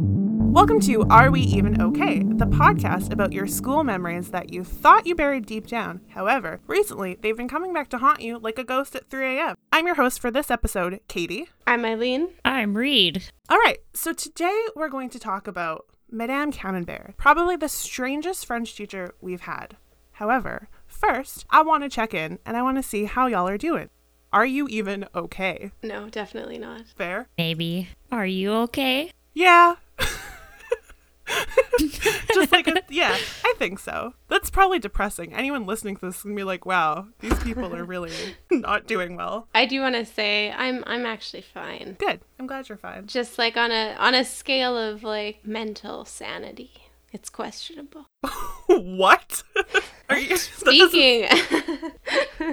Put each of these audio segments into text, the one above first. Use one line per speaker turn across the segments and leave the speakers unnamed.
Welcome to Are We Even Okay, the podcast about your school memories that you thought you buried deep down. However, recently they've been coming back to haunt you like a ghost at 3 a.m. I'm your host for this episode, Katie.
I'm Eileen.
I'm Reed.
All right, so today we're going to talk about Madame Camembert, probably the strangest French teacher we've had. However, first, I want to check in and I want to see how y'all are doing. Are you even okay?
No, definitely not.
Fair?
Maybe. Are you okay?
Yeah. Just like, a, yeah, I think so. That's probably depressing. Anyone listening to this can be like, wow, these people are really not doing well.
I do want to say I'm I'm actually fine.
Good. I'm glad you're fine.
Just like on a on a scale of like mental sanity, it's questionable.
what? Are you, this is-
Speaking.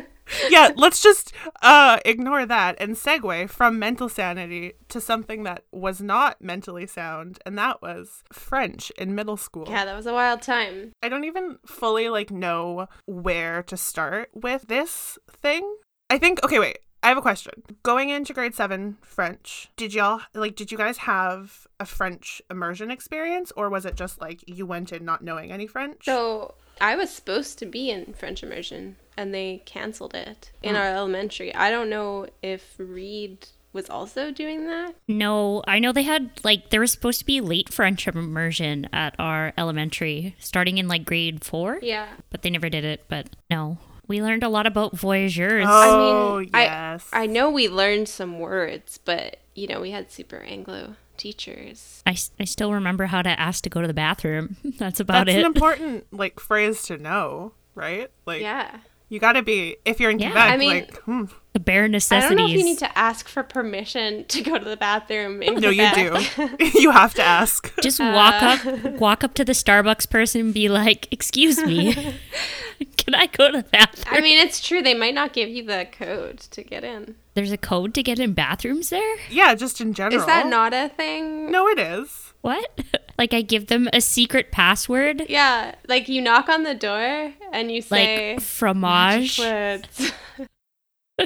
yeah, let's just uh, ignore that and segue from mental sanity to something that was not mentally sound, and that was French in middle school.
yeah, that was a wild time.
I don't even fully like know where to start with this thing. I think okay, wait. I have a question. Going into grade 7 French, did y'all like did you guys have a French immersion experience or was it just like you went in not knowing any French?
So I was supposed to be in French immersion, and they canceled it in our elementary. I don't know if Reed was also doing that.
No, I know they had like there was supposed to be late French immersion at our elementary, starting in like grade four,
Yeah.
but they never did it. But no, we learned a lot about voyageurs.
Oh.
I mean, I-
yes.
I, know we learned some words, but you know we had super Anglo teachers.
I, s- I still remember how to ask to go to the bathroom. That's about
That's
it.
an important like phrase to know, right? Like
Yeah.
you got to be if you're in
Yeah.
Quebec
I mean-
like hmm,
the bare
I
necessities.
don't know if you need to ask for permission to go to the bathroom. In
no you do. you have to ask.
Just
Uh.
walk up, walk up to the Starbucks person and be like, "Excuse me, can I go to the bathroom?"
I mean, it's true. They might not give you the code to get in.
There's a code to get in bathrooms there.
Yeah, just in general.
Is that not a thing?
No, it is.
What? like I give them a secret password,
Yeah, like you knock on the door and you say
like fromage.
words.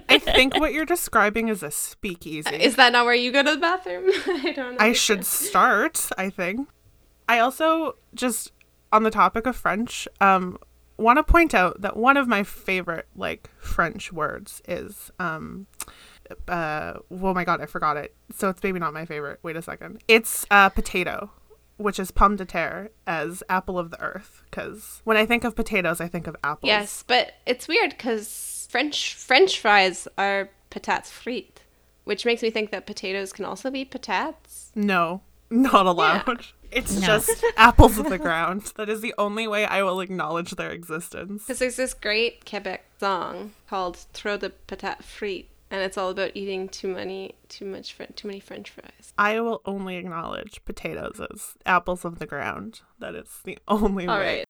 I think what you're describing is a speakeasy.
Uh, Is that not where you go to the bathroom? I don't know.
I should start, I think. I also just on the topic of French, um want to point out that one of my favorite like French words is um uh oh my god, I forgot it. So it's maybe not my favorite. Wait a second. It's uh potato, which is pomme de terre as apple of the earth cuz when I think of potatoes, I think of apples.
Yes, but it's weird because French French fries are patates frites, which makes me think that potatoes can also be patates.
No, not allowed. It's just apples of the ground. That is the only way I will acknowledge their existence.
Because there's this great Quebec song called "Trop de patates frites," and it's all about eating too many, too much, fr- too many French fries.
I will only acknowledge potatoes as apples of the ground. That is the only
All
way.
right.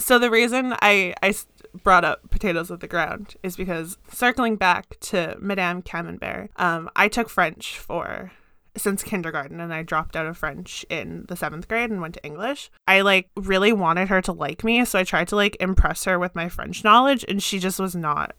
So the reason I, I s- brought up potatoes of the ground is because circling back to Madame Camembert, um, I took French for since kindergarten and I dropped out of French in the seventh grade and went to English. I like really wanted her to like me, so I tried to like impress her with my French knowledge and she just was not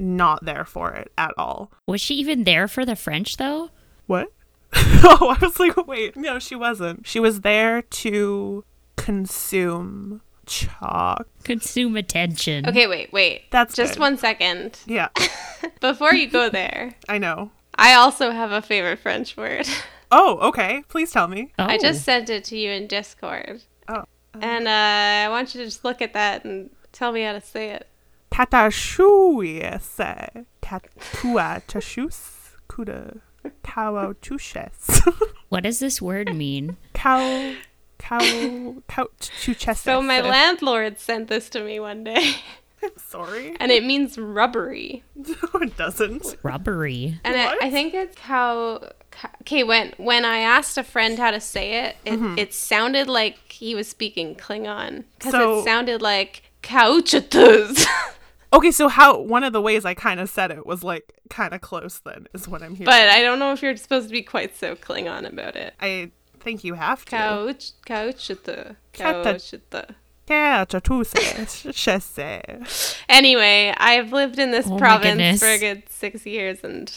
not there for it at all.
Was she even there for the French though?
What? oh, I was like, wait, no, she wasn't. She was there to consume chalk.
Consume attention.
Okay, wait, wait.
That's
just
good.
one second
Yeah,
before you go there.
I know.
I also have a favorite French word.
Oh, okay. Please tell me.
Oh.
I just sent it to you in Discord.
Oh.
And uh, I want you to just look at that and tell me how to say it.
Tatashuese. Tatua tashus. Kuda. Kawau tushes.
What does this word mean?
Cow. Cow. Couch tuches.
So my landlord sent this to me one day,
Sorry.
and it means rubbery.
No, it doesn't.
Rubbery.
And I,
What?
I think it's how. Okay, when when I asked a friend how to say it, it,
Mm-hmm.
it sounded like he was speaking Klingon because
So-
it sounded like kauchutus.
Okay, so how one of the ways I kind of said it was like kind of close. Then is what I'm hearing.
but I don't know if you're supposed to be quite so Klingon about it.
I think you have to.
Couch, kauchutu,
Cat-
kauchutu.
Yeah, tatuse, shese.
Anyway, I've lived in this
Oh my
province for a
goodness.
good six years, and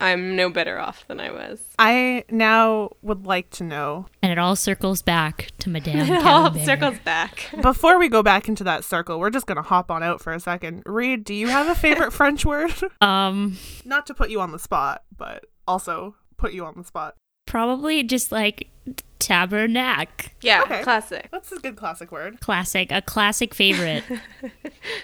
I'm no better off than I was.
I now would like to know
And it all circles back to Madame.
It all
Camembert.
circles back.
before we go back into that circle, we're just going to hop on out for a second. Reed, do you have a favorite French word?
Um,
Not to put you on the spot, but also put you on the spot.
probably just like tabernacle.
Yeah,
Okay.
classic.
That's a good classic word.
Classic, a classic favorite.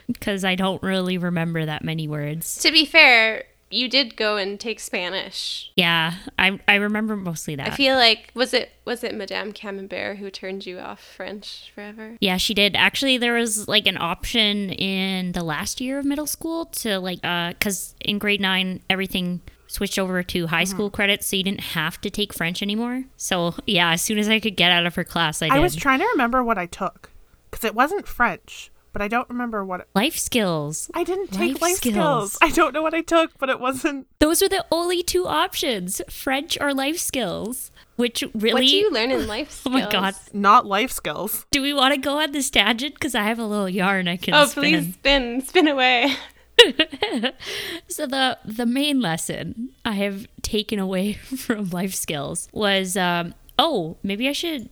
Because I don't really remember that many words.
To be fair, you did go and take Spanish.
Yeah, I I remember mostly that.
I feel like was it was it Madame Camembert who turned you off French forever?
Yeah, she did. Actually, there was like an option in the last year of middle school to like, uh, because in grade nine, everything switched over to
Mm-hmm.
high school credits, so you didn't have to take French anymore. So, yeah, as soon as I could get out of her class, I did.
I was trying to remember what I took because it wasn't French, but I don't remember what
Life skills.
I didn't take
Life
life skills.
skills.
I don't know what I took, but it wasn't.
Those were the only two options French or life skills, which really.
What do you learn in life
Oh
skills?
my God.
Not life skills.
Do we want to go on this tangent? Because I have a little yarn I can
Oh,
spin.
please spin, spin away.
So the the main lesson I have taken away from life skills was um, oh maybe I should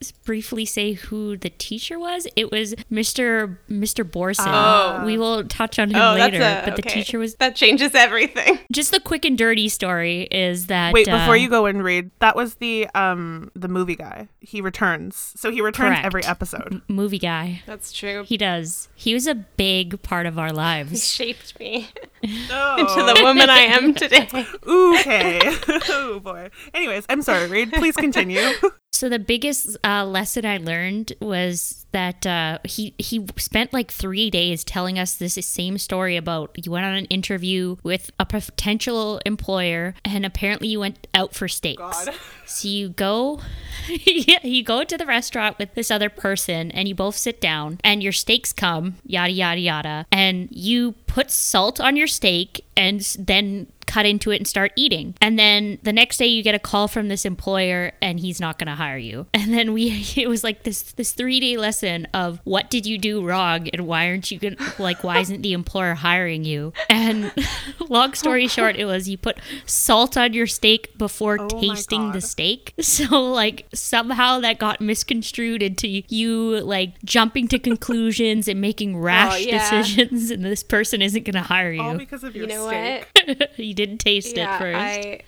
s- briefly say who the teacher was. It was Mr. Mr. Borson. We will touch on him
Oh,
later.
that's a,
but the
okay.
teacher was
that changes everything.
just the quick and dirty story is that
Wait, before
uh,
you go and read, that was the um the movie guy. He returns, so he returns
Correct.
every episode.
movie guy.
That's true. He
He does. He was a big part of our lives.
shaped me into the woman I am today.
Okay. oh boy. Anyways, I'm sorry, Reed. Please continue.
So the biggest uh, lesson I learned was that uh, he he spent like three days telling us this same story about you went on an interview with a potential employer and apparently you went out for steaks.
God.
So you go, yeah, you go to the restaurant with this other person and you both sit down and your steaks come yada yada yada and you put salt on your steak and s- then cut into it and start eating. And then the next day you get a call from this employer and he's not going to hire you. And then we it was like this this 3-day lesson of what did you do wrong and why aren't you going to like why isn't the employer hiring you? And long story short it was you put salt on your steak before
Oh my
tasting the
God.
steak. So like somehow that got misconstrued into you like jumping to conclusions and making rash
Oh, yeah.
decisions and this person isn't going to hire you.
All because of your
You know
steak.
what?
you didn't taste it first.
I,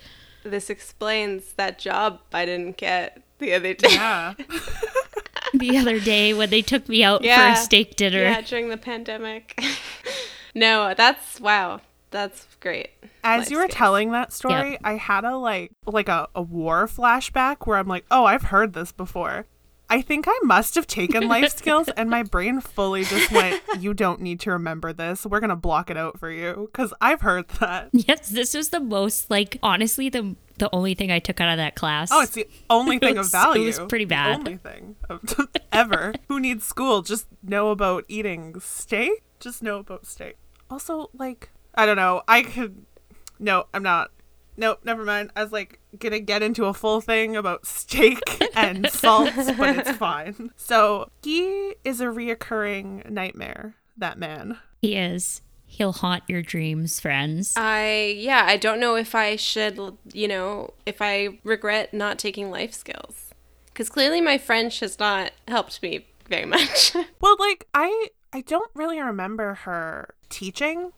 this explains that job I didn't get the other day. Yeah,
Yeah.
the other day when they took me out
Yeah.
for a steak dinner.
during the pandemic. no, that's wow. That's great.
As
Life
you were
skills.
telling that story, I had a like like a, a war flashback where I'm like, oh, I've heard this before. I think I must have taken life skills, and my brain fully just went, "You don't need to remember this. We're gonna block it out for you," because I've heard that.
Yes, this was the most like honestly the the only thing I took out of that class.
Oh, it's the only thing of
was- it
value.
was pretty
The
bad.
only thing of, ever. Who needs school? Just know about eating steak. Just know about steak. Also, like, I don't know. I could. No, I'm not. No, never mind. I was like gonna get into a full thing about steak and salts, but it's fine. So he is a reoccurring nightmare. That man.
he is. He'll haunt your dreams, friends.
Uh, I yeah, I don't know if I should, you know, if I regret not taking life skills. Cuz clearly my French has not helped me very much.
Well, like I I don't really remember her teaching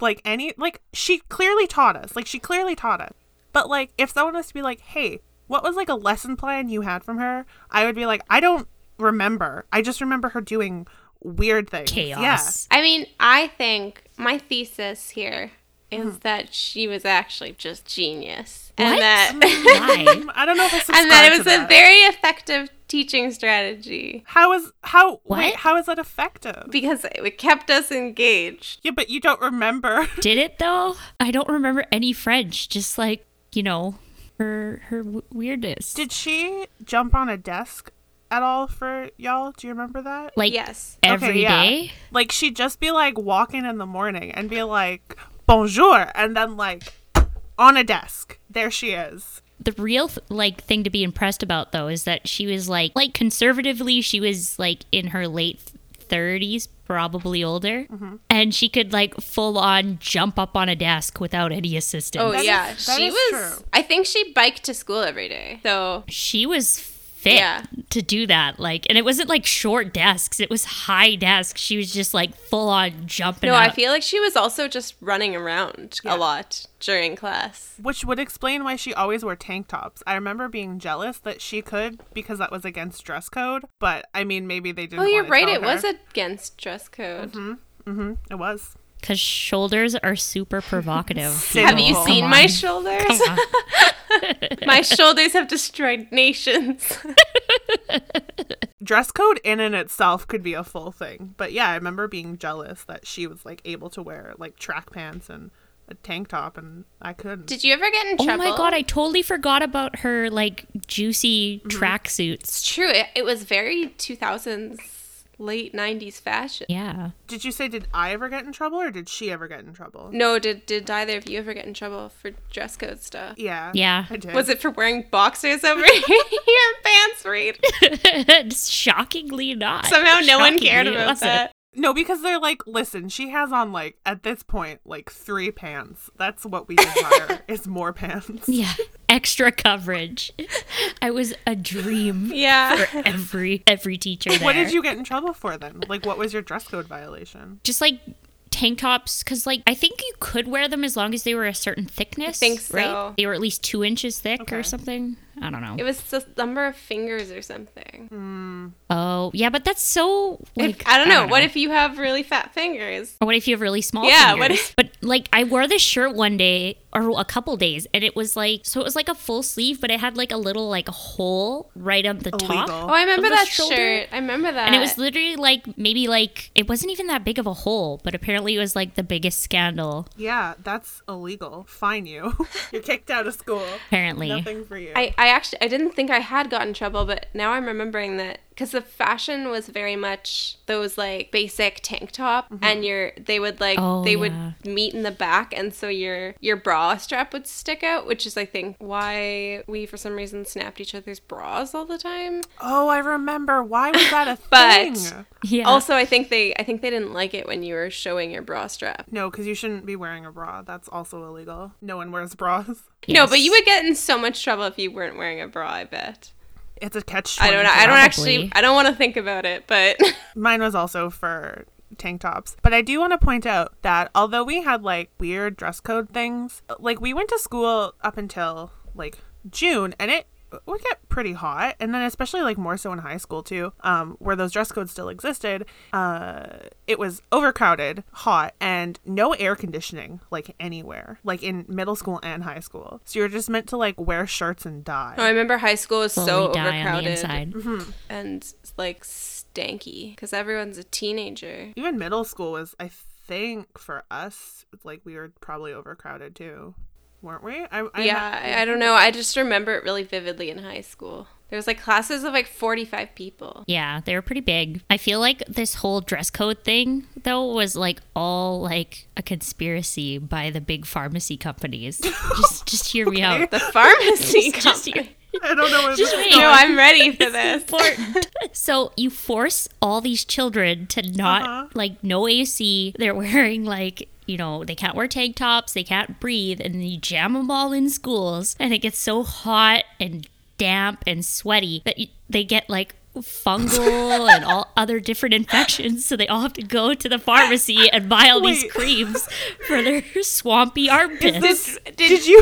like any like she clearly taught us. Like she clearly taught us. But like if someone was to be like, "Hey, what was like a lesson plan you had from her?" I would be like, "I don't remember. I just remember her doing weird things."
Chaos.
I mean, I think my thesis here is that she was actually just genius and uh,
What? Oh
that
Yeah.
Why?
Mm, I don't know if I subscribe
and that it was
to
a
that.
very effective teaching strategy
How is how wait,
What?
how is that effective?
because it kept us engaged.
Yeah, but you don't remember.
Did it though? I don't remember any French. Just like you know, her her w- weirdness.
Did she jump on a desk at all for y'all? Do you remember that?
like
Yes.
every day.
Like she'd just be like walking in the morning and be like, "Bonjour," and then like on a desk, there she is.
the real th- like thing to be impressed about though is that she was like like conservatively she was like in her late 30s, probably older.
Mm-hmm.
And she could like full on jump up on a desk without any assistance.
Oh
is-
yeah,
that
she
is
was.
true.
I think she biked to school every day. So
She was fit
Yeah.
to do that. Like, and it wasn't like short desks, it was high desks. She was just like full on jumping
no,
up.
I feel like she was also just running around a
Yeah.
lot during class.
Which would explain why she always wore tank tops. I remember being jealous that she could because that was against dress code. But I mean, maybe they didn't.
Oh, you're
wanna
right.
tell
It
her. Mm-hmm,
was against dress code.
Mm-hmm.
It was.
Because shoulders are super provocative.
Have you
Simple.
seen
Come
my
on.
shoulders?
Come on.
my shoulders have destroyed nations.
dress code in and itself could be a full thing but yeah i remember being jealous that she was like able to wear like track pants and a tank top and i couldn't
Did you ever get in
Oh
trouble?
my god, I totally forgot about her like juicy
Mm-hmm.
tracksuits.
True. It, it was very 2000s, late 90s fashion.
Yeah.
did you say did i ever get in trouble or did she ever get in trouble
No, did did either of you ever get in trouble for dress code stuff?
yeah
Yeah.
i did
Was it for wearing boxers over your pants, Reed?
Shockingly not.
Somehow no one
Shockingly
cared about
not.
that.
no because they're like listen she has on like at this point like three pants that's what we desire is more pants
Yeah. Extra coverage. I was a dream
Yeah.
for every every teacher there.
what did you get in trouble for then like what was your dress code violation
just like tank tops because like i think you could wear them as long as they were a certain thickness
think so.
right they were at least two inches thick
Okay.
or something i don't know
It was the number of fingers or something.
oh yeah but that's so like
I don't know. What if you have really fat fingers?
Or what if you have really small
Yeah,
fingers?
what if-
but like I wore this shirt one day or a couple days and it was like so it was like a full sleeve but it had like a little like a hole right up the
Illegal.
top.
Oh, I remember
the
that
shoulder.
shirt. I remember that.
And it was literally like maybe like it wasn't even that big of a hole, but apparently it was like the biggest scandal
yeah that's illegal fine you you're kicked out of school
apparently.
nothing for you
I, I actually I didn't think I had gotten in trouble, but now I'm remembering that because the fashion was very much those like basic tank top, and your they would like
Mm-hmm. Oh,
they
yeah.
would meet in the back, and so your your bra strap would stick out, which is I think why we for some reason snapped each other's bras all the time.
Oh, I remember. Why was that a
But-
thing?
Yeah.
Also, I think they I think they didn't like it when you were showing your bra strap.
No, because you shouldn't be wearing a bra. That's also illegal. No one wears bras.
No, but
Yes.
you would get in so much trouble if you weren't wearing a bra. I bet.
It's a catch.
I don't know. I don't actually.
Probably.
I don't want to think about it, but.
Mine was also for tank tops. But I do want to point out that although we had like weird dress code things, like we went to school up until like June and it would get pretty hot and then especially like more so in high school too um where those dress codes still existed uh it was overcrowded hot and no air conditioning like anywhere like in middle school and high school so you're just meant to like wear shirts and die
Oh, I remember high school was so
Slowly die on the
overcrowded Mm-hmm.
inside.
and like stanky because everyone's a teenager.
even middle school was i think for us like we were probably overcrowded too weren't we I, I
yeah, I, I don't know. I just remember it really vividly in high school. There was like classes of like 45 people.
Yeah, they were pretty big. I feel like this whole dress code thing, though, was like all like a conspiracy by the big pharmacy companies. just, just hear me out.
The pharmacy
Just hear-
company.
I don't know where this
Just
is
wait.
No,
going.
I'm ready for this.
important. so you force all these children to not
Uh-huh.
like no AC. They're wearing like you know they can't wear tank tops. They can't breathe, and then you jam them all in schools, and it gets so hot and damp and sweaty that you, they get like fungal and all other different infections so they all have to go to the pharmacy and buy all these
Wait.
creams for their swampy armpits
This- did, you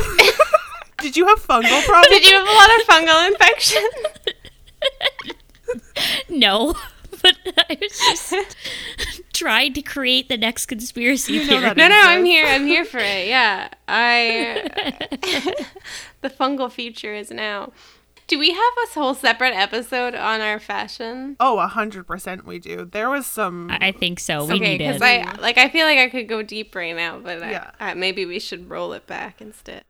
did you have fungal problems
Did you have a lot of fungal infection?
no but i was just trying to create the next conspiracy
know
theory
that
No, no, I'm
Yes.
here. I'm here for it. Yeah. I. the fungal future is now. Do we have a whole separate episode on our fashion?
oh 100% we do there was some
I I think so. We
okay,
need it.
because I like I feel like I could go deep right now, but
Yeah.
I, I, maybe we should roll it back instead.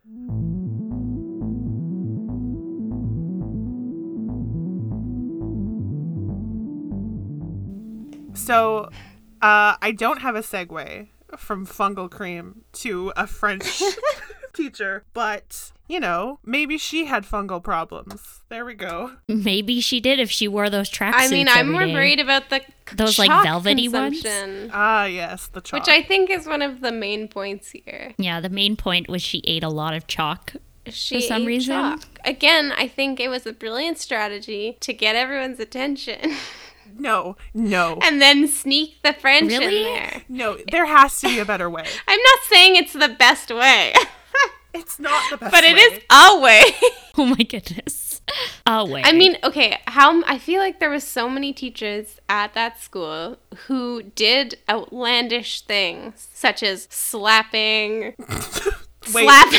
so uh i don't have a segue from fungal cream to a french teacher, but you know, maybe she had fungal problems. There we go.
Maybe she did if she wore those tracksuits.
I mean, I'm more
every day.
worried about the c-
Those, like,
chalk
velvety ones?
consumption,
Ah, yes, the chalk.
which I think is one of the main points here.
Yeah, the main point was she ate a lot of chalk.
She
For some
ate
reason.
chalk. Again, I think it was a brilliant strategy to get everyone's attention
no, no,
and then sneak the French
Really?
in there.
no. There has to be a better way.
I'm not saying it's the best way,
It's not the best,
but it
way.
is a way.
Oh my goodness. Oh wait.
I mean, okay, how I feel like there was so many teachers at that school who did outlandish things such as slapping,
Wait.
slap,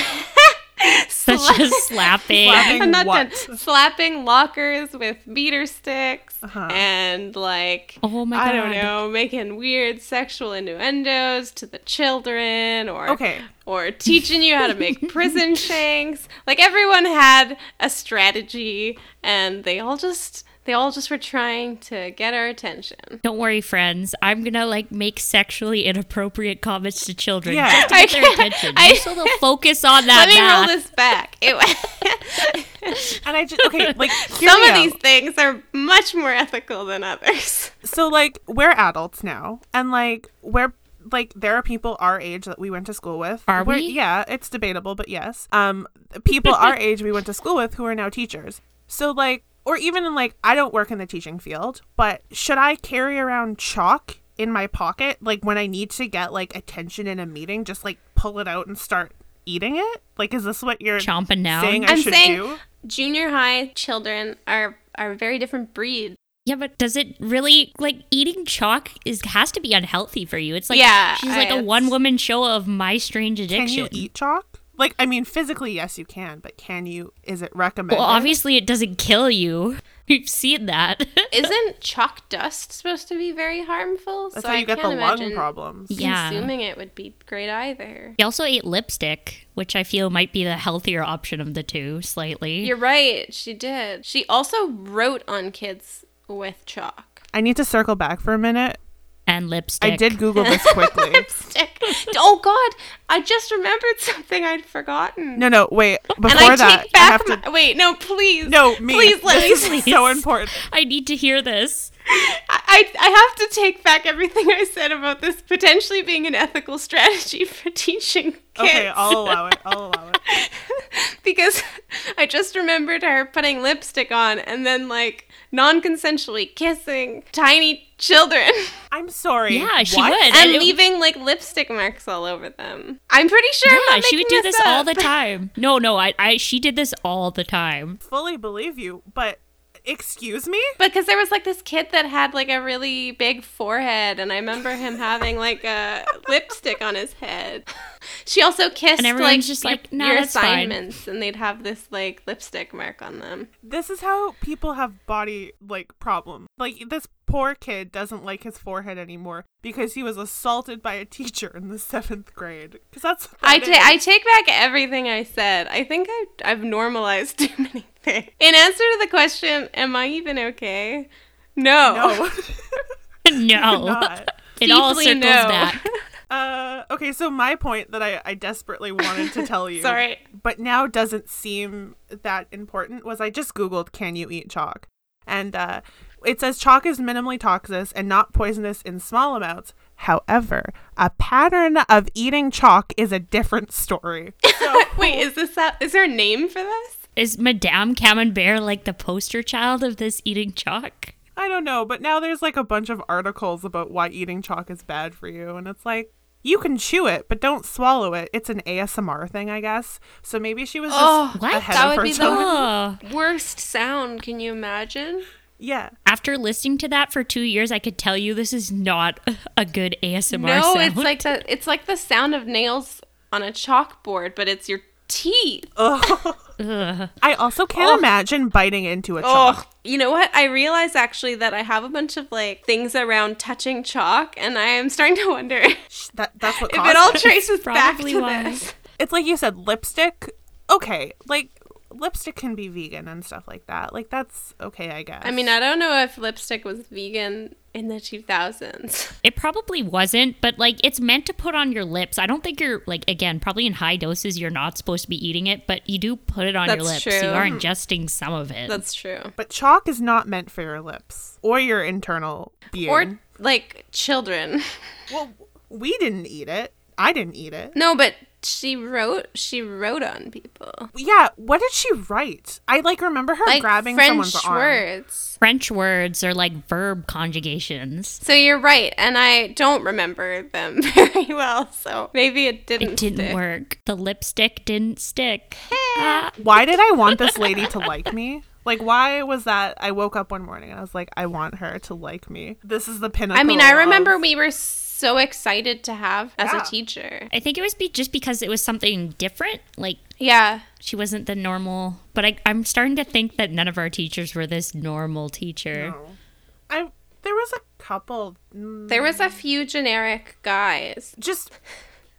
such as
slap-
slapping.
Slapping
I'm not
what?
done. Slapping lockers with beater sticks
Uh-huh.
and like
Oh my god.
I don't know, making weird sexual innuendos to the children or
Okay.
or teaching you how to make prison shanks. Like everyone had a strategy and they all just they all just were trying to get our attention.
Don't worry, friends. I'm gonna like make sexually inappropriate comments to children
Yeah.
just to get
I
their
can't-
attention.
I-
so they'll focus on that.
Let me
math.
roll this back. It
And I just okay, like hear
Some
me
of
out.
these things are much more ethical than others.
so like we're adults now and like we're like there are people our age that we went to school with
Are
We're-
we?
yeah it's debatable but yes um people our age we went to school with who are now teachers so like or even in like i don't work in the teaching field but should i carry around chalk in my pocket like when i need to get like attention in a meeting just like pull it out and start eating it like is this what you're
Chomping down.
saying i
I'm
should
saying
do
junior high children are are a very different breed.
Yeah, but does it really like eating chalk is has to be unhealthy for you? It's like
Yeah,
she's like
I-
a one woman show of my strange
can
addiction.
you eat chalk like i mean physically yes you can but can you is it recommended
well, obviously it doesn't kill you. We've seen that.
Isn't chalk dust supposed to be very harmful?
That's how you get the lung problems.
Yeah.
Consuming it would be great either.
He also ate lipstick, which I feel might be the healthier option of the two, slightly.
You're right. She did. She also wrote on kids with chalk.
I need to circle back for a minute.
and lipstick.
I did Google this quickly.
Stick. oh God! I just remembered something I'd forgotten.
no, no, wait. Before
and I
that,
take
I have
back
to.
my. Wait, no, please.
No, me.
Please let me.
This is so important.
I need to hear this.
I, I I have to take back everything I said about this potentially being an ethical strategy for teaching kids.
Okay, I'll allow it. I'll allow it.
because I just remembered her putting lipstick on and then like non-consensually kissing tiny children
I'm sorry.
Yeah, she
What?
would.
and
it-
leaving like lipstick marks all over them. I'm pretty sure. I'm
Yeah,
not
she would
making
do this all the
up.
time. No, no, I, I she did this all the time.
Fully believe you, but excuse me.
Because there was like this kid that had like a really big forehead, and I remember him having like a lipstick on his head. She also kissed
And everyone's
like,
just
your-
like, "No,
your
that's fine."
assignments, and they'd have this like lipstick mark on them.
This is how people have body like problems. Like this poor kid doesn't like his forehead anymore because he was assaulted by a teacher in the seventh grade. Because that's what
I
that
ta-
is.
I take back everything I said. I think I- I've normalized too many things. In answer to the question, am I even okay? No.
no,
no.
not.
It all
Deeply
circles
no.
back.
Uh, okay, so my point that I, I desperately wanted to tell you,
Sorry.
but now doesn't seem that important, was I just Googled can you eat chalk? And uh, it says chalk is minimally toxic and not poisonous in small amounts. However, a pattern of eating chalk is a different story. So,
Wait, is this that? Is there a name for this?
Is Madame Camembert like the poster child of this eating chalk?
I don't know, but now there's like a bunch of articles about why eating chalk is bad for you, and it's like, you can chew it, but don't swallow it. It's an ASMR thing, I guess. So maybe she was just
Oh,
what?
ahead
That
of
would
her
be the
time.
Oh.
Worst sound, can you imagine?
Yeah.
After listening to that for two years, I could tell you this is not a good ASMR
no,
sound.
it's like the it's like the sound of nails on a chalkboard, but it's your teeth.
Ugh.
I also can't imagine biting into a chalk.
Ugh. You know what? I realize actually that I have a bunch of like things around touching chalk, and I am starting to wonder if
Sh- That, that's what
it all
caused it.
traces back
probably
to
why.
this.
It's like you said, lipstick. Okay, like lipstick can be vegan and stuff like that. Like that's okay, I guess.
I mean, I don't know if lipstick was vegan in the 2000s.
It probably wasn't, but like it's meant to put on your lips. I don't think you're like again, probably in high doses you're not supposed to be eating it, but you do put it on your lips.
That's
You
true.
are ingesting some of it.
That's true.
But chalk is not meant for your lips or your internal being.
Or like children.
well, we didn't eat it. I didn't eat it.
No, but she wrote she wrote on people.
Yeah, what did she write? I like remember her
Like
grabbing
French
someone's arm.
words.
French words are like verb conjugations.
So you're right, and I don't remember them very well. So maybe it didn't.
It didn't
stick.
work. The lipstick didn't stick. Ah.
Why did I want this lady to like me? Like, why was that? I woke up one morning and I was like, I want her to like me. This is the pinnacle.
I mean, I
of-
remember we were so excited to have as
Yeah.
a teacher.
I think it was be- just because it was something different. Like
Yeah,
she wasn't the normal. But I, I'm starting to think that none of our teachers were this normal teacher.
I there was a couple mm,
there was a few generic guys,
just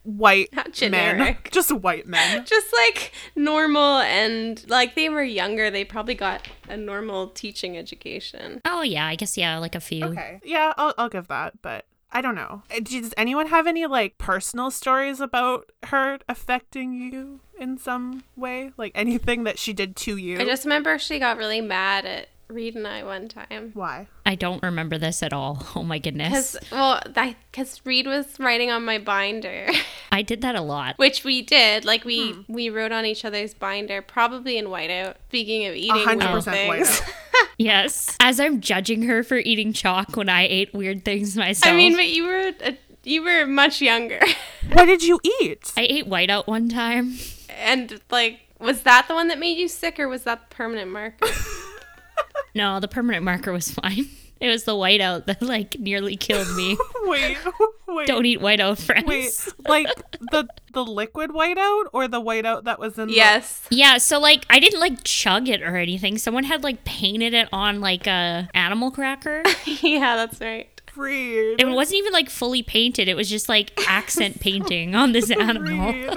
white
Not
men,
generic.
just white men.
just like normal, and like they were younger. They probably got a normal teaching education.
Oh yeah, I guess yeah, like a few.
Okay, yeah, I'll I'll give that, but. I don't know. Uh, do- Does anyone have any like personal stories about her affecting you in some way? Like anything that she did to you?
I just remember she got really mad at Reed and I one time.
Why?
I don't remember this at all. Oh my goodness.
Because well, because Reed was writing on my binder,
I did that a lot.
which we did. Like we
Hmm.
we wrote on each other's binder, probably in whiteout. Speaking of eating
hundred
weird
percent
things,
Yes. As I'm judging her for eating chalk when I ate weird things myself.
I mean, but you were a, you were much younger,
What did you eat?
I ate whiteout one time.
and like was that the one that made you sick, or was that the permanent marker?
No, the permanent marker was fine. It was the whiteout that like nearly killed me.
Wait, wait,
don't eat whiteout, friends.
wait. Like the the liquid whiteout or the whiteout that was in the-
yes,
Yeah, so like I didn't like chug it or anything. Someone had like painted it on like a animal cracker.
yeah, that's right.
Read.
It wasn't even like fully painted. It was just like accent painting on this animal.
Read.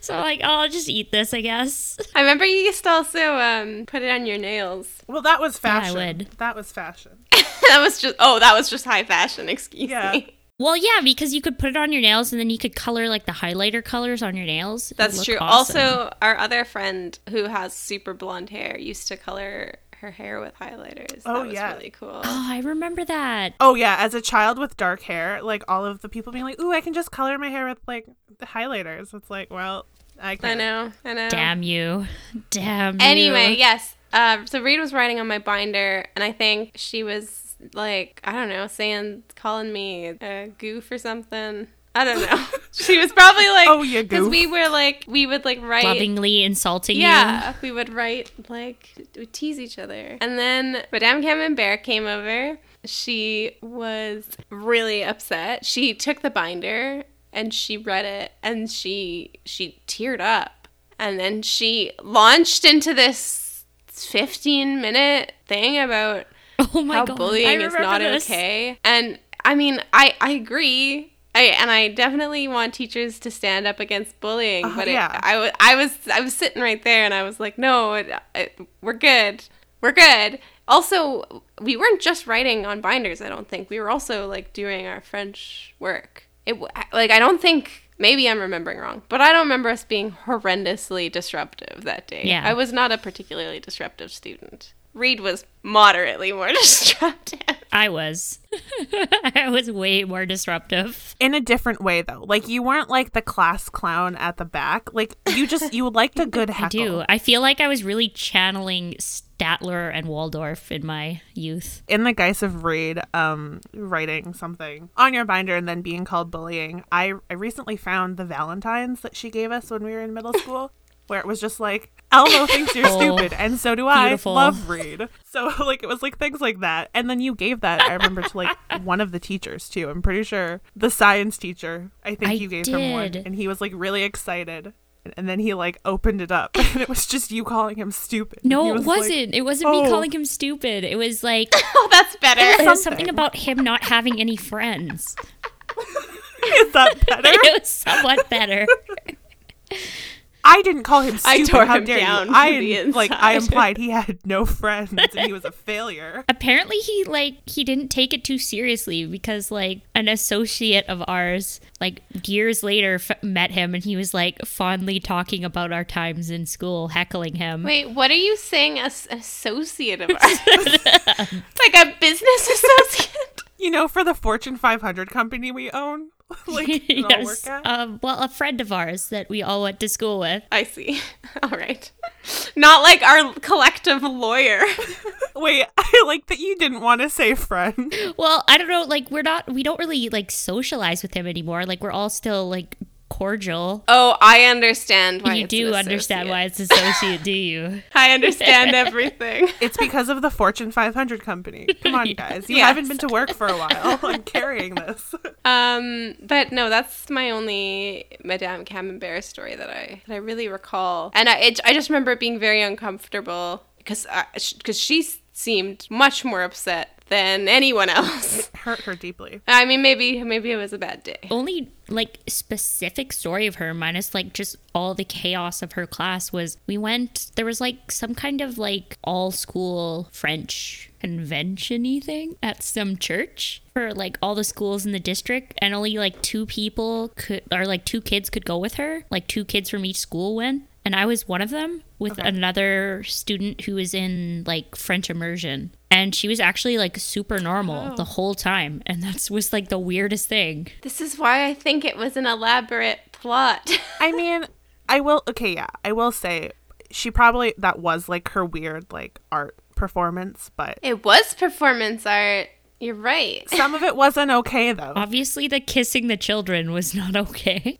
So like, oh, I'll just eat this, I guess.
I remember you used to also um, put it on your nails.
Well, that was
I
fashion.
would.
That was fashion.
that was just oh, that was just high fashion. Excuse
Yeah.
me.
Well, yeah, because you could put it on your nails and then you could color like the highlighter colors on your nails. It would
That's
look
true.
awesome.
Also, our other friend who has super blonde hair used to color her hair with highlighters.
Oh,
that was
yeah.
really cool.
Oh, I remember that.
Oh yeah, as a child with dark hair, like all of the people being like, "Ooh, I can just color my hair with like the highlighters." It's like, well, I
I
can.
know. I know.
Damn you. Damn you.
Anyway, yes. Uh, so Reed was writing on my binder, and I think she was like, I don't know, saying, calling me a goof or something. I don't know. she was probably like,
Oh, you goof.
we were like, we would like write.
Lovingly insulting you.
Yeah, we would write like we tease each other, and then Madame Camembert came over. She was really upset. She took the binder and she read it, and she she teared up, and then she launched into this fifteen minute thing about
Oh my
how
god. I
bullying is
remember
not
this.
okay. And I mean, I I agree. I, and I definitely want teachers to stand up against bullying,
Oh,
Uh,
but it,
yeah.
I, wa- I was I was sitting right there and I was like, no, it, it, we're good, we're good. Also, we weren't just writing on binders. I don't think we were also like doing our French work. It w- I- like I don't think maybe I'm remembering wrong, but I don't remember us being horrendously disruptive that day.
Yeah.
I was not a particularly disruptive student. Reed was moderately more disruptive.
I was. I was way more disruptive.
In a different way though. Like you weren't like the class clown at the back. Like you just you liked a good
Oh.
I
heckle.
do. I feel like I was really channeling Statler and Waldorf in my youth.
in the guise of Reed um, writing something on your binder and then being called bullying, I, I recently found the Valentines that she gave us when we were in middle school, where it was just like, Elmo thinks you're
Oh,
stupid, and so do I.
beautiful.
Love Reed. So, like, it was like things like that. And then you gave that, I remember, to like one of the teachers too. I'm pretty sure the science teacher, I think
I
you gave him one,
did.
and he was like really excited. And- And then he like opened it up, and it was just you calling him stupid.
No,
He
it
was like,
wasn't. it wasn't
"Oh."
me calling him stupid. It was like
Oh, that's better.
it was
Something.
something about him not having any friends.
Is that better?
It was somewhat better.
I didn't call him
I
stupid.
tore
How
him
dare
down
you?
to
I
the
like I
inside.
implied he had no friends and he was a failure.
Apparently he like he didn't take it too seriously because like an associate of ours like years later f- met him and he was like fondly talking about our times in school, heckling him.
Wait, what are you saying? As associate of ours, like a business associate.
You know, for the Fortune 500 company we own, like it all
yes.
work out.
Um, well, a friend of ours that we all went to school with.
I see. All right, not like our collective lawyer.
Wait, I like that you didn't want to say friend.
Well, I don't know. Like, we're not, we don't really like socialize with him anymore. Like, we're all still like cordial.
Oh, I understand why.
you
it's an
do understand
associate.
why it's associate, do you?
I understand everything.
It's because of the Fortune 500 company. Come on, guys. You
Yes.
haven't been to work for a while. I'm carrying this.
Um, but no, that's my only Madame Camembert story that I that I really recall, and I it, I just remember it being very uncomfortable because because she s- seemed much more upset than anyone else.
Hurt her deeply.
I mean, maybe maybe it was a bad day.
Only like specific story of her, minus like just all the chaos of her class, was we went, there was like some kind of like all school French convention y thing at some church for like all the schools in the district, and only like two people could, or like two kids could go with her. Like, two kids from each school went. and I was one of them with another student who was in like French immersion. And she was actually like super normal the whole time. And that's was like the weirdest thing.
This is why I think it was an elaborate plot.
I mean, I will. Okay, yeah, I will say she probably that was like her weird like art performance, but
it was performance art. You're right.
some of it wasn't okay though.
Obviously, the kissing the children was not okay.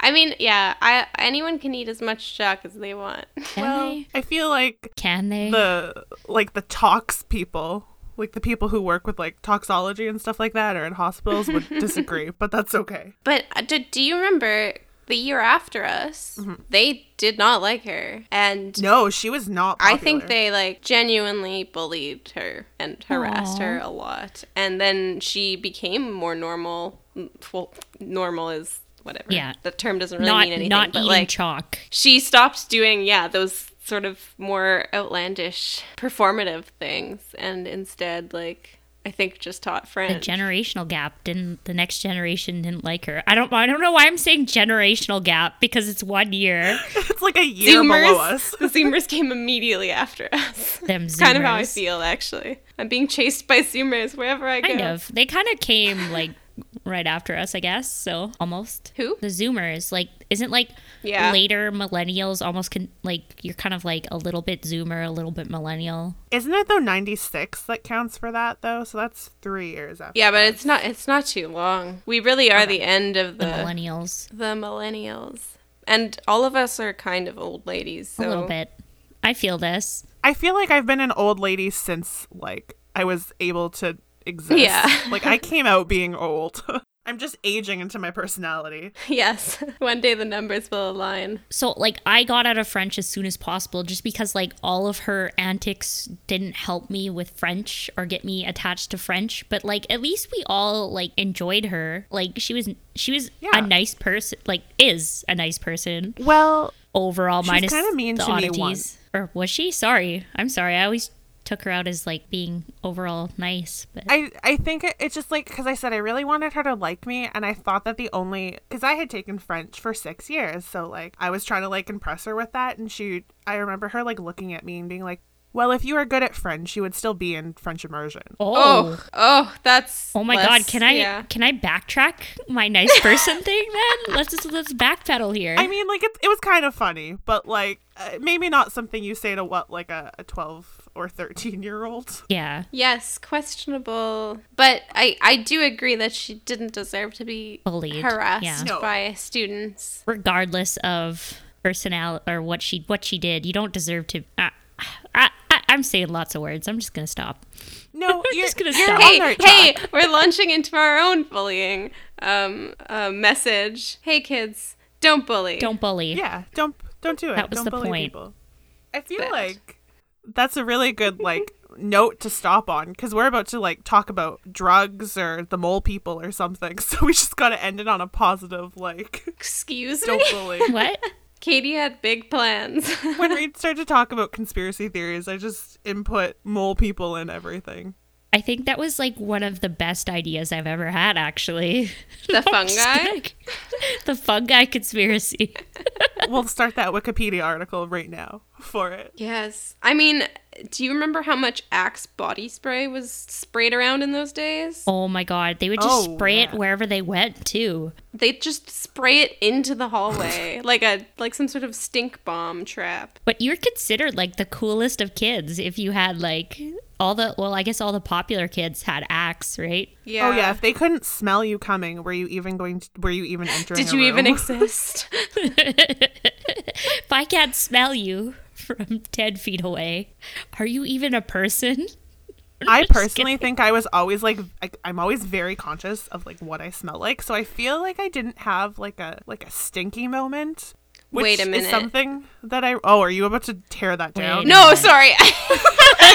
I mean, yeah, I anyone can eat as much chalk as they want.
Can they?
I feel like
Can they?
the like the tox people, like the people who work with like toxology and stuff like that, or in hospitals would disagree, but that's okay.
But uh, do, do you remember the year after us?
Mm-hmm.
They did not like her. And
No, she was not.
I think
popular.
they like genuinely bullied her and harassed
Aw.
her a lot. And then she became more normal. Mm, Well, normal is whatever.
Yeah.
The term doesn't really
not
mean anything.
not
but
eating
like
chalk.
she stopped doing, yeah, those sort of more outlandish performative things and instead like I think just taught
The
French.
generational gap didn't. The next generation didn't like her. I don't. I don't know why I'm saying generational gap because it's one year.
it's like a year below
Zoomers.
us.
the Zoomers came immediately after us.
Them
kind of how I
Zoomers.
feel actually. I'm being chased by Zoomers wherever I go.
Kind of. They kind of came like right after us, I guess. So almost.
Who?
The Zoomers. Like, isn't like
Yeah.
later millennials almost can like you're kind of like a little bit Zoomer, a little bit millennial.
Isn't it though 96 that counts for that though? So that's three years after.
Yeah, but it's not it's not too long. We really are the end of
The
the
millennials,
the millennials. And all of us are kind of old ladies. So
a little bit. I feel this.
I feel like I've been an old lady since like I was able to exist.
Yeah.
like I came out being old. I'm just aging into my personality.
Yes. One day the numbers will align.
so like I got out of French as soon as possible just because like all of her antics didn't help me with French or get me attached to French but like at least we all like enjoyed her like she was she was
Yeah.
a nice person like is a nice person
Well,
overall
She was
minus
kinda mean
the
to me
oddities
once.
or was she sorry I'm sorry I always took her out as like being overall nice but
I I think it, it's just like because I said I really wanted her to like me, and I thought that the only because I had taken French for six years, so like I was trying to like impress her with that, and she I remember her like looking at me and being like, "Well, if you were good at French, you would still be in French immersion."
Oh, oh, that's
Oh my
less-
god, can I
yeah.
can I backtrack my nice person thing then? Let's just let's backpedal here.
I mean, like it, it was kind of funny, but like uh, maybe not something you say to what like a, a twelve or thirteen year old.
yeah.
Yes, questionable. But I I do agree that she didn't deserve to be
Bullied,
harassed
yeah.
No.
by students.
regardless of personality or what she what she did. You don't deserve to. I, I, I, I'm saying lots of words. I'm just gonna stop.
No,
We're
you're
just gonna
you're on
stop.
Hey,
their
hey,
track.
we're launching into our own bullying um uh, message. Hey kids, don't bully.
Don't bully.
yeah, don't don't do it.
That was
don't
the
bully
point.
people. I feel
Bad.
like that's a really good like note to stop on because we're about to like talk about drugs or the mole people or something. So we just got to end it on a positive like
Excuse me.
don't bully.
What?
Katie had big plans.
when Reed started to talk about conspiracy theories, I just input mole people and everything.
I think that was like one of the best ideas I've ever had, actually.
The
I'm just
fungi?
kidding. the fungi conspiracy.
We'll start that Wikipedia article right now for it.
yes. I mean, do you remember how much Axe body spray was sprayed around in those days?
Oh my god, they would just
Oh,
spray it
yeah.
wherever they went too.
They just spray it into the hallway like a like some sort of stink bomb trap.
But you're considered like the coolest of kids if you had like all the well, I guess all the popular kids had axe, right?
Yeah.
Oh yeah, if they couldn't smell you coming, were you even going? To, were you even entering?
Did
a
you even
room?
exist?
If I can't smell you from ten feet away, are you even a person?
I personally think I was always like I, I'm always very conscious of like what I smell like, so I feel like I didn't have like a like a stinky moment. Which
Wait a
Is
minute.
something that I oh, are you about to tear that down?
Wait.
no, sorry.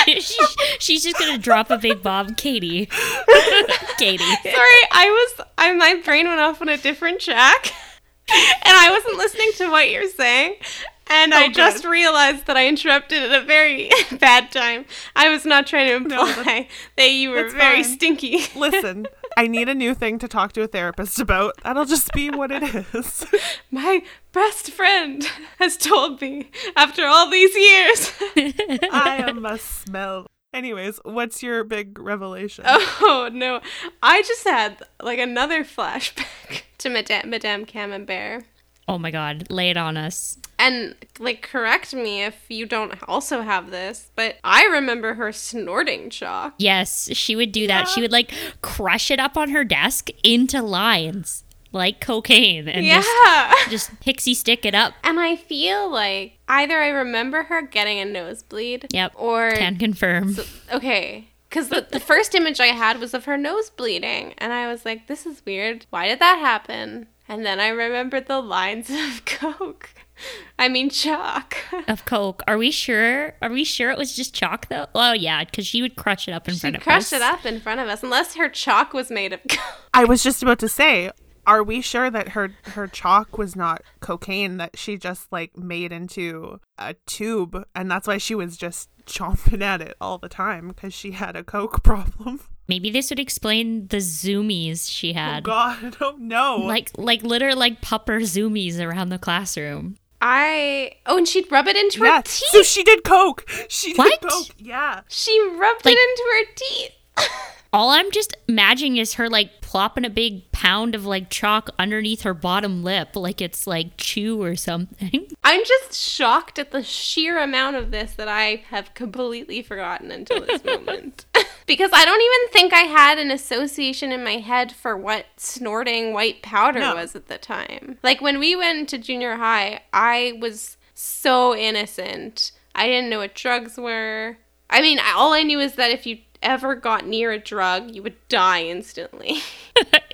She- she's just gonna drop a big bomb, Katie. Katie.
Sorry, I was I my brain went off on a different track. And I wasn't listening to what you're saying. And I
Oh, good.
just realized that I interrupted at a very bad time. I was not trying to imply that you were
that's
very
fine.
stinky.
Listen, I need a new thing to talk to a therapist about. That'll just be what it is.
My best friend has told me after all these years.
I am a smell. Anyways, what's your big revelation?
oh no. I just had like another flashback to Madame, Madame Camembert.
Oh my god, lay it on us.
And like correct me if you don't also have this, but I remember her snorting chalk.
Yes, she would do that. She would like crush it up on her desk into lines like cocaine and
Yeah.
just just pixie stick it up.
And I feel like either I remember her getting a nosebleed.
Yep.
Or
Can confirm.
okay. Because the, the first image I had was of her nose bleeding. And I was like, this is weird. Why did that happen? And then I remembered the lines of Coke. I mean, chalk.
of coke. Are we sure? Are we sure it was just chalk though? Well, yeah, because she would crush it up in
She
front of us.
crushed it up in front of us, unless her chalk was made of Coke.
I was just about to say, are we sure that her her chalk was not cocaine that she just like made into a tube and that's why she was just chomping at it all the time cuz she had a coke problem.
Maybe this would explain the zoomies she
Oh
had.
god, I don't know.
like like litter like pupper zoomies around the classroom.
I. Oh, and she'd rub it into her
yeah.
teeth.
So she did coke. She did
What?
coke. Yeah.
She rubbed
Like-
it into her teeth.
All I'm just imagining is her like plopping a big pound of like chalk underneath her bottom lip, like it's like chew or something.
I'm just shocked at the sheer amount of this that I have completely forgotten until this moment. because I don't even think I had an association in my head for what snorting white powder
No.
was at the time. Like when we went to junior high, I was so innocent. I didn't know what drugs were. I mean, I- all I knew is that if you ever got near a drug, you would die instantly.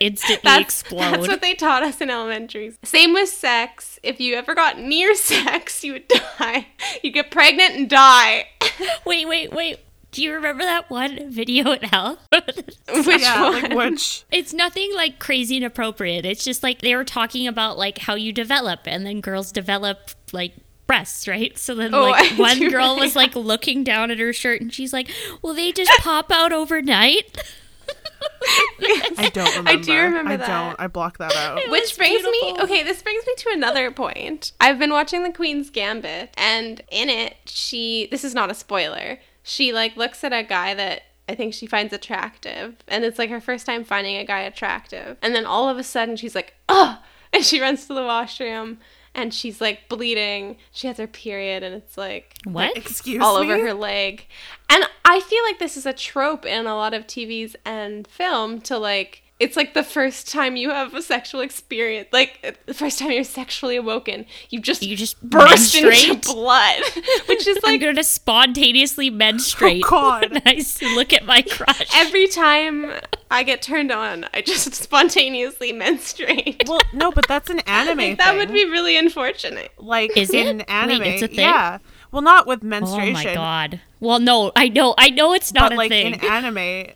Instantly explode.
That's what they taught us in elementary. Same with sex. If you ever got near sex, you would die. You get pregnant and die.
wait, wait, wait. Do you remember that one video in hell?
Which
Yeah,
one?
like which
it's nothing like crazy inappropriate. It's just like they were talking about like how you develop and then girls develop like breasts, right? So then
Oh,
like
I
one
do
girl was like looking down at her shirt and she's like, "Will they just pop out overnight?"
I don't remember.
I do remember
I
that.
don't. I blocked that out.
Which
That's
brings me
beautiful.
okay, this brings me to another point. I've been watching The Queen's Gambit and in it she this is not a spoiler. She like looks at a guy that I think she finds attractive and it's like her first time finding a guy attractive. And then all of a sudden she's like, "Ugh!" and she runs to the washroom and she's like bleeding. She has her period and it's like
What?
Excuse
all
me. Oh,
over her leg. And I feel like this is a trope in a lot of TVs and film to like it's like the first time you have a sexual experience, like the first time you're sexually awoken, you just
You just
burst into
menstruate?
blood, which is
I'm
like
going to spontaneously menstruate.
Oh, God.
when I s- look at my Oh crush.
every time I get turned on, I just spontaneously menstruate.
Well, no, but that's an anime
Like, that
thing.
would be really unfortunate.
like
Is it?
in
Wait,
anime.
it's a thing?
Yeah. Well, not with
oh
menstruation.
my god. Well, no, I know, I know it's not
but
a
like
thing.
in anime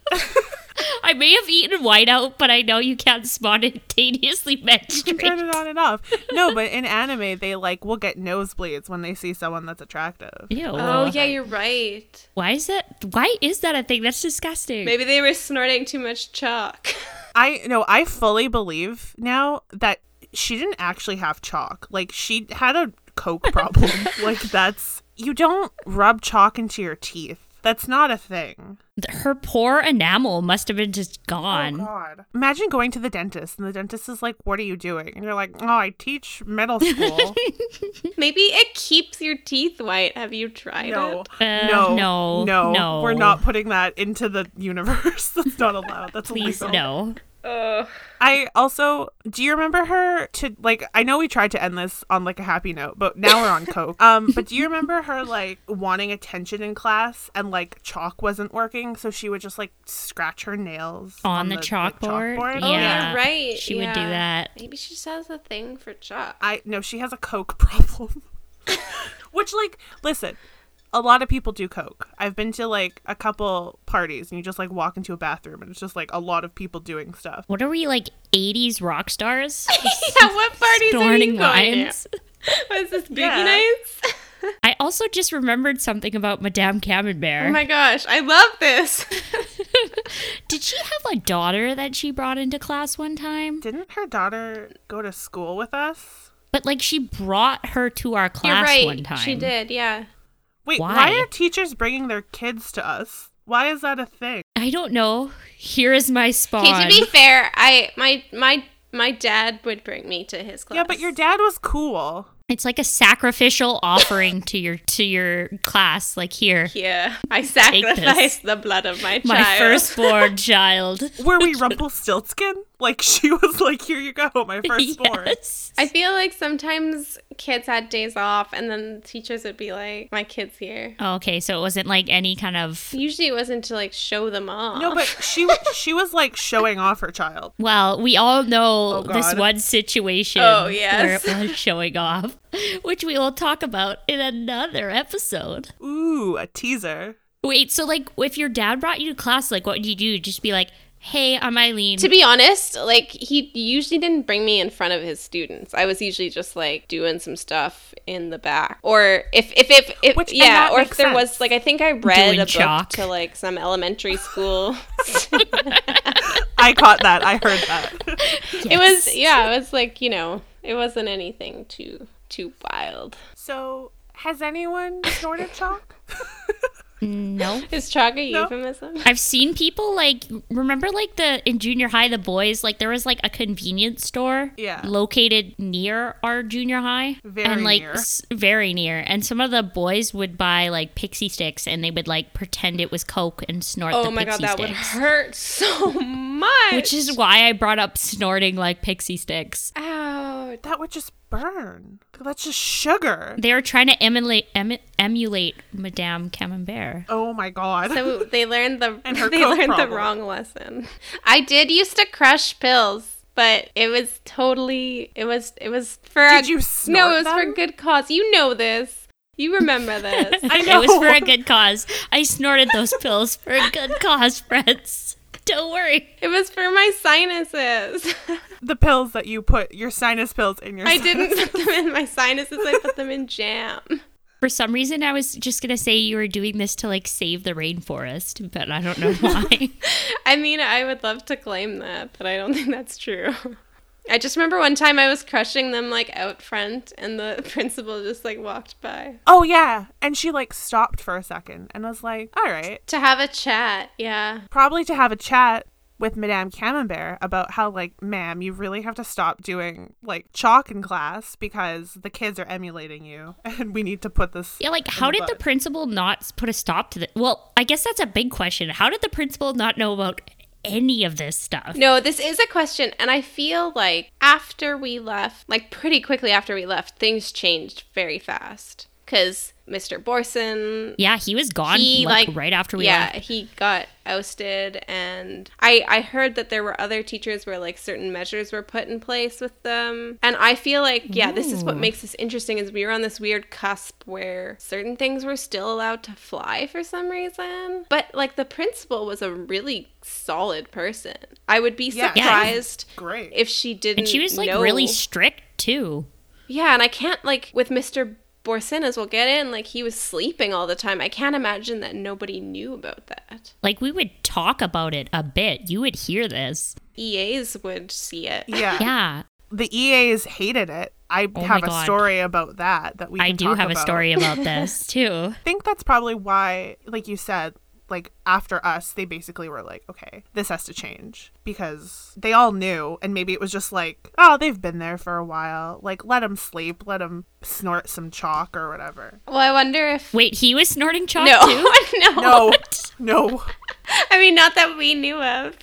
I may have eaten whiteout, but I know you can't spontaneously
Turn
menstruate.
it on and off. No, but in anime, they like will get nosebleeds when they see someone that's attractive.
Ew.
Oh, yeah, you're right.
Why is that? Why is that a thing? That's disgusting.
Maybe they were snorting too much chalk.
I no, I fully believe now that she didn't actually have chalk. Like she had a coke problem. like that's you don't rub chalk into your teeth. That's not a thing.
Her poor enamel must have been just
Oh,
gone.
Oh, God. Imagine going to the dentist and the dentist is like, What are you doing? And you're like, Oh, I teach middle school.
Maybe it keeps your teeth white. Have you tried
no.
it?
Uh,
no.
no,
No.
no.
We're not putting that into the universe. That's not allowed. That's
Please
illegal.
no.
Oh,
I also do you remember her to like I know we tried to end this on like a happy note, but now we're on coke. Um but do you remember her like wanting attention in class and like chalk wasn't working, so she would just like scratch her nails
On the chalkboard?
oh
Yeah,
you're right.
she would do
yeah.
that.
Maybe she just has a thing for chalk.
I no, she has a coke problem. Which like listen, a lot of people do coke. I've been to like a couple parties and you just like walk into a bathroom and it's just like a lot of people doing stuff.
What are we like 80s rock stars?
yeah, what parties are you going
Snorting
to?
lines.
What is this, Biggie
Yeah.
Nights?
I also just remembered something about Madame Camembert.
oh my gosh, I love this.
Did she have a daughter that she brought into class one time?
Didn't her daughter go to school with us?
But like she brought her to our class
you're right.
one time.
She did, yeah.
Wait, why?
Why?
are teachers bringing their kids to us? Why is that a thing?
I don't know. Here is my spawn.
Okay, to be fair, I my my my dad would bring me to his class.
Yeah, but your dad was cool.
it's like a sacrificial offering to your to your class. Like here,
Yeah, I
this.
sacrificed the blood of my child.
my firstborn child.
Were we Rumpelstiltskin? Like she was like, here you go, my firstborn.
Yes.
I feel like sometimes kids had days off, and then teachers would be like, "My kid's here."
Oh, Okay, so it wasn't like any kind of
Usually, it wasn't to like show them off.
No, but she she was like showing off her child.
Well, we all know
Oh,
this
God.
one situation
Oh, yes.
where it was showing off, which we will talk about in another episode.
Ooh, a teaser.
Wait, so like if your dad brought you to class, like what would you do? Just be like, "Hey, I'm Eileen."
to be honest, like he usually didn't bring me in front of his students. I was usually just like doing some stuff in the back, or if if if, if
Which- and
yeah,
that
or if
makes
there
sense.
was like I think I read
Doing
a book
chalk.
to like some elementary school.
I caught that. I heard that.
It was yeah, it was like you know, it wasn't anything too too wild.
so, has anyone snorted chalk?
no.
Is chalk a euphemism?
I've seen people like remember like the in junior high the boys like there was like a convenience store
Yeah.
located near our junior high
Very
and like
near.
s- very near and some of the boys would buy like pixie sticks and they would like pretend it was coke and snort
Oh
the
my god,
pixie
that would
sticks
hurt so much.
which is why I brought up snorting like pixie sticks
ow.
That would just burn. That's just sugar.
they were trying to emulate em- emulate Madame Camembert
Oh my god.
So they learned the
And her
they
coke
learned the
problem.
wrong lesson. I did used to crush pills, but it was totally it was it was for
Did
a,
you
no it was
snort
for
them?
good cause. You know this. You remember this.
I
it was for
know.
a good cause I snorted those pills for a good cause friends don't worry
it was for my sinuses.
the pills that you put your sinus pills in your.
I didn't put them in my sinuses. I put them in jam.
For some reason, I was just gonna say you were doing this to like save the rainforest, but I don't know why.
I mean, I would love to claim that, but I don't think that's true. I just remember one time I was crushing them like out front, and the principal just like walked by
Oh yeah, and she like stopped for a second and was like, "All right,
to have a chat. Yeah.
probably to have a chat with Madame Camembert about how like, ma'am, you really have to stop doing like chalk in class because the kids are emulating you, and we need to put this."
yeah, like how did the
butt.
principal not s- put a stop to the? Well, I guess that's a big question. How did the principal not know about any of this stuff?
No, this is a question, and I feel like after we left, like pretty quickly after we left, things changed very fast. because Mr. Borson
Yeah, he was gone
he
like,
like,
right after we
yeah
left.
he got ousted and i i heard that there were other teachers where like certain measures were put in place with them and i feel like yeah this is what
Ooh.
makes this interesting is we were on this weird cusp where certain things were still allowed to fly for some reason but like the principal was a really solid person i would be
Yeah.
Yeah.
surprised
Great.
if she didn't
And she was like
know-
really strict too.
yeah, and I can't like with Mr. Borsin as we'll get in, like he was sleeping all the time. I can't imagine that nobody knew about that.
Like we would talk about it a bit. You would hear this.
EAs E would see it.
yeah.
Yeah.
The EAs hated it. I
Oh
have
my
a
God.
story about that that we
I
can
do
talk
have a
about.
story about this too.
I think that's probably why, like you said, like after us, they basically were like, okay, this has to change because they all knew, and maybe it was just like, oh, they've been there for a while. Like, let them sleep, let them snort some chalk or whatever.
Well, I wonder if
Wait, he was snorting chalk
no,
too?
no,
No, no.
I mean, not that we knew of.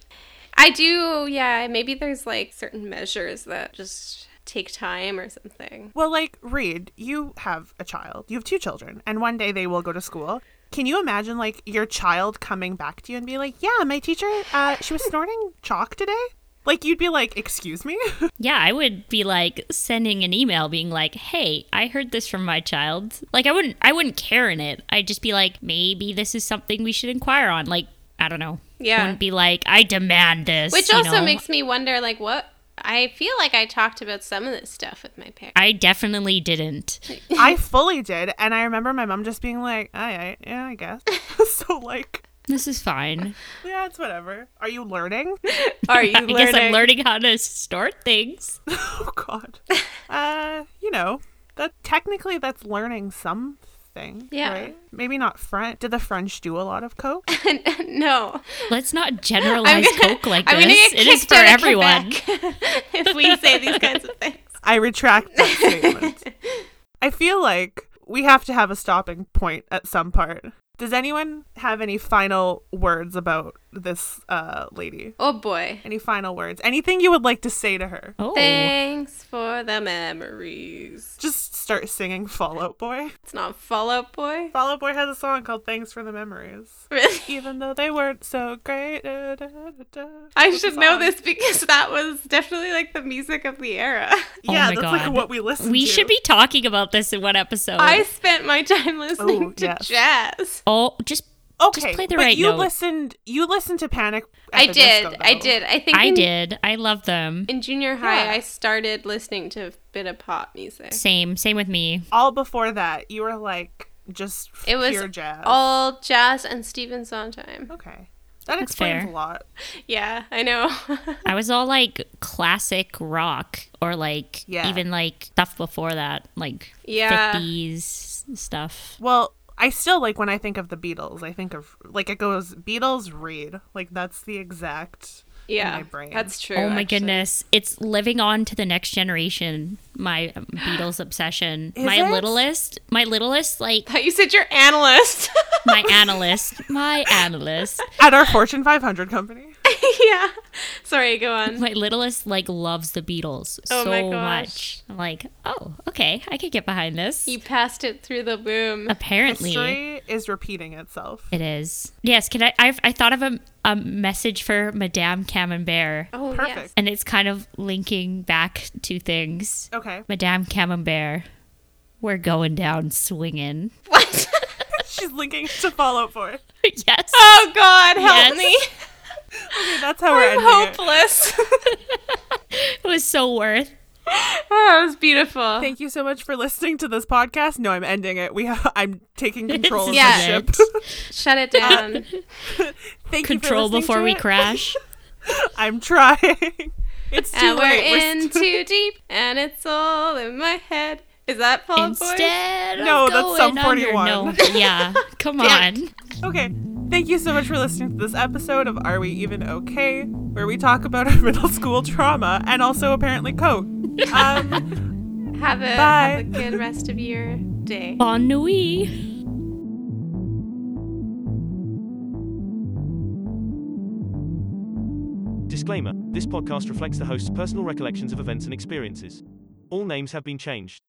I do. Yeah, maybe there's like certain measures that just take time or something.
Well, like, Reed, you have a child. You have two children, and one day they will go to school. Can you imagine, like, your child coming back to you and be like, yeah, my teacher, uh, she was snorting chalk today? Like, you'd be like, excuse me?
Yeah, I would be like sending an email being like, "Hey, I heard this from my child." Like I wouldn't I wouldn't care in it. I'd just be like, "Maybe this is something we should inquire on." Like, I don't know. I
Yeah,
wouldn't be like, "I demand this."
which
you
also
know?
makes me wonder, like, what I feel like I talked about some of this stuff with my parents.
I definitely didn't.
I fully did, and I remember my mom just being like, "All right, yeah, I guess." so like,
This is fine.
yeah, it's whatever. Are you learning?
Are you
I
learning?
guess I'm learning how to store things.
oh God. Uh, you know that technically that's learning something.
Yeah.
Right? Maybe not French. Did the French do a lot of coke?
no.
Let's not generalize Coke like
I'm gonna
this.
get
It is
kicked
for
out of
everyone.
Quebec if we say these kinds of things.
I retract that statement. I feel like we have to have a stopping point at some part. Does anyone have any final words about this uh, lady?
Oh boy.
Any final words? Anything you would like to say to her?
Oh,
Thanks for the memories.
just start singing Fall Out Boy.
It's not Fall Out Boy.
Fall Out Boy has a song called Thanks for the Memories. Even though they weren't so great. da, da, da, da.
I
It's a
should know
song.
this because that was definitely like the music of the era.
Oh
Yeah,
my
that's
God.
like what we listen
we
to.
should be talking about this in one episode.
I spent my time listening
Oh,
to
yes.
jazz.
oh, just
Okay,
just play the
but
right
you
note.
listened. You listened to Panic. at
I
the
did.
Disco,
I
though.
did. I think
I
in,
did. I love them.
in junior high
Yeah.
I started listening to a bit of pop music.
Same, same with me.
All before that, you were like just
It was
pure jazz.
all jazz and Stephen Sondheim.
okay, that
That's
explains
fair.
a lot.
Yeah, I know.
I was all like classic rock or like
Yeah.
even like stuff before that, like
Yeah.
50s stuff.
Well, I still like when I think of the Beatles. I think of like it goes Beatles read. Like that's the exact.
yeah,
my brain.
that's true.
oh my
actually.
goodness. It's living on to the next generation, my um, Beatles obsession.
Is
my
it?
littlest, my littlest like
thought you said your analyst.
my analyst, my analyst,
At our Fortune 500 company.
yeah. Sorry, go on.
my littlest like loves the Beatles
Oh
so
my
much.
gosh.
I'm like, "Oh, okay. I could get behind this."
You passed it through the
Uh,
boom.
Apparently.
History is repeating itself.
It is. Yes. Can I? I've, I thought of a, a message for Madame Camembert,
Oh,
Perfect.
and it's kind of linking back to things.
Okay.
Madame Camembert, we're going down swinging.
yes. What?
She's linking to Fall Out Boy.
yes.
oh God, help
Yes.
me!
Okay, that's how we're
I'm
ending it.
hopeless.
It was so worth.
oh, it was beautiful.
Thank you so much for listening to this podcast. No, I'm ending it. We have, I'm taking control of
This is
Oh, the ship.
it.
Shut it down.
Thank you for
Control
listening
before
to
we
it.
crash.
I'm trying. It's too
and we're
late. We're
in
st-
too deep, and it's all in my head. Is that Paul Boy?
Instead,
No,
of
that's
going
Sum
under.
41.
No, yeah, come on.
okay. Thank you so much for listening to this episode of Are We Even Okay, where we talk about our middle school trauma and also apparently coke. Um,
Have a, have a good rest of your day.
Bon nuit.
Disclaimer This podcast reflects the host's personal recollections of events and experiences. All names have been changed.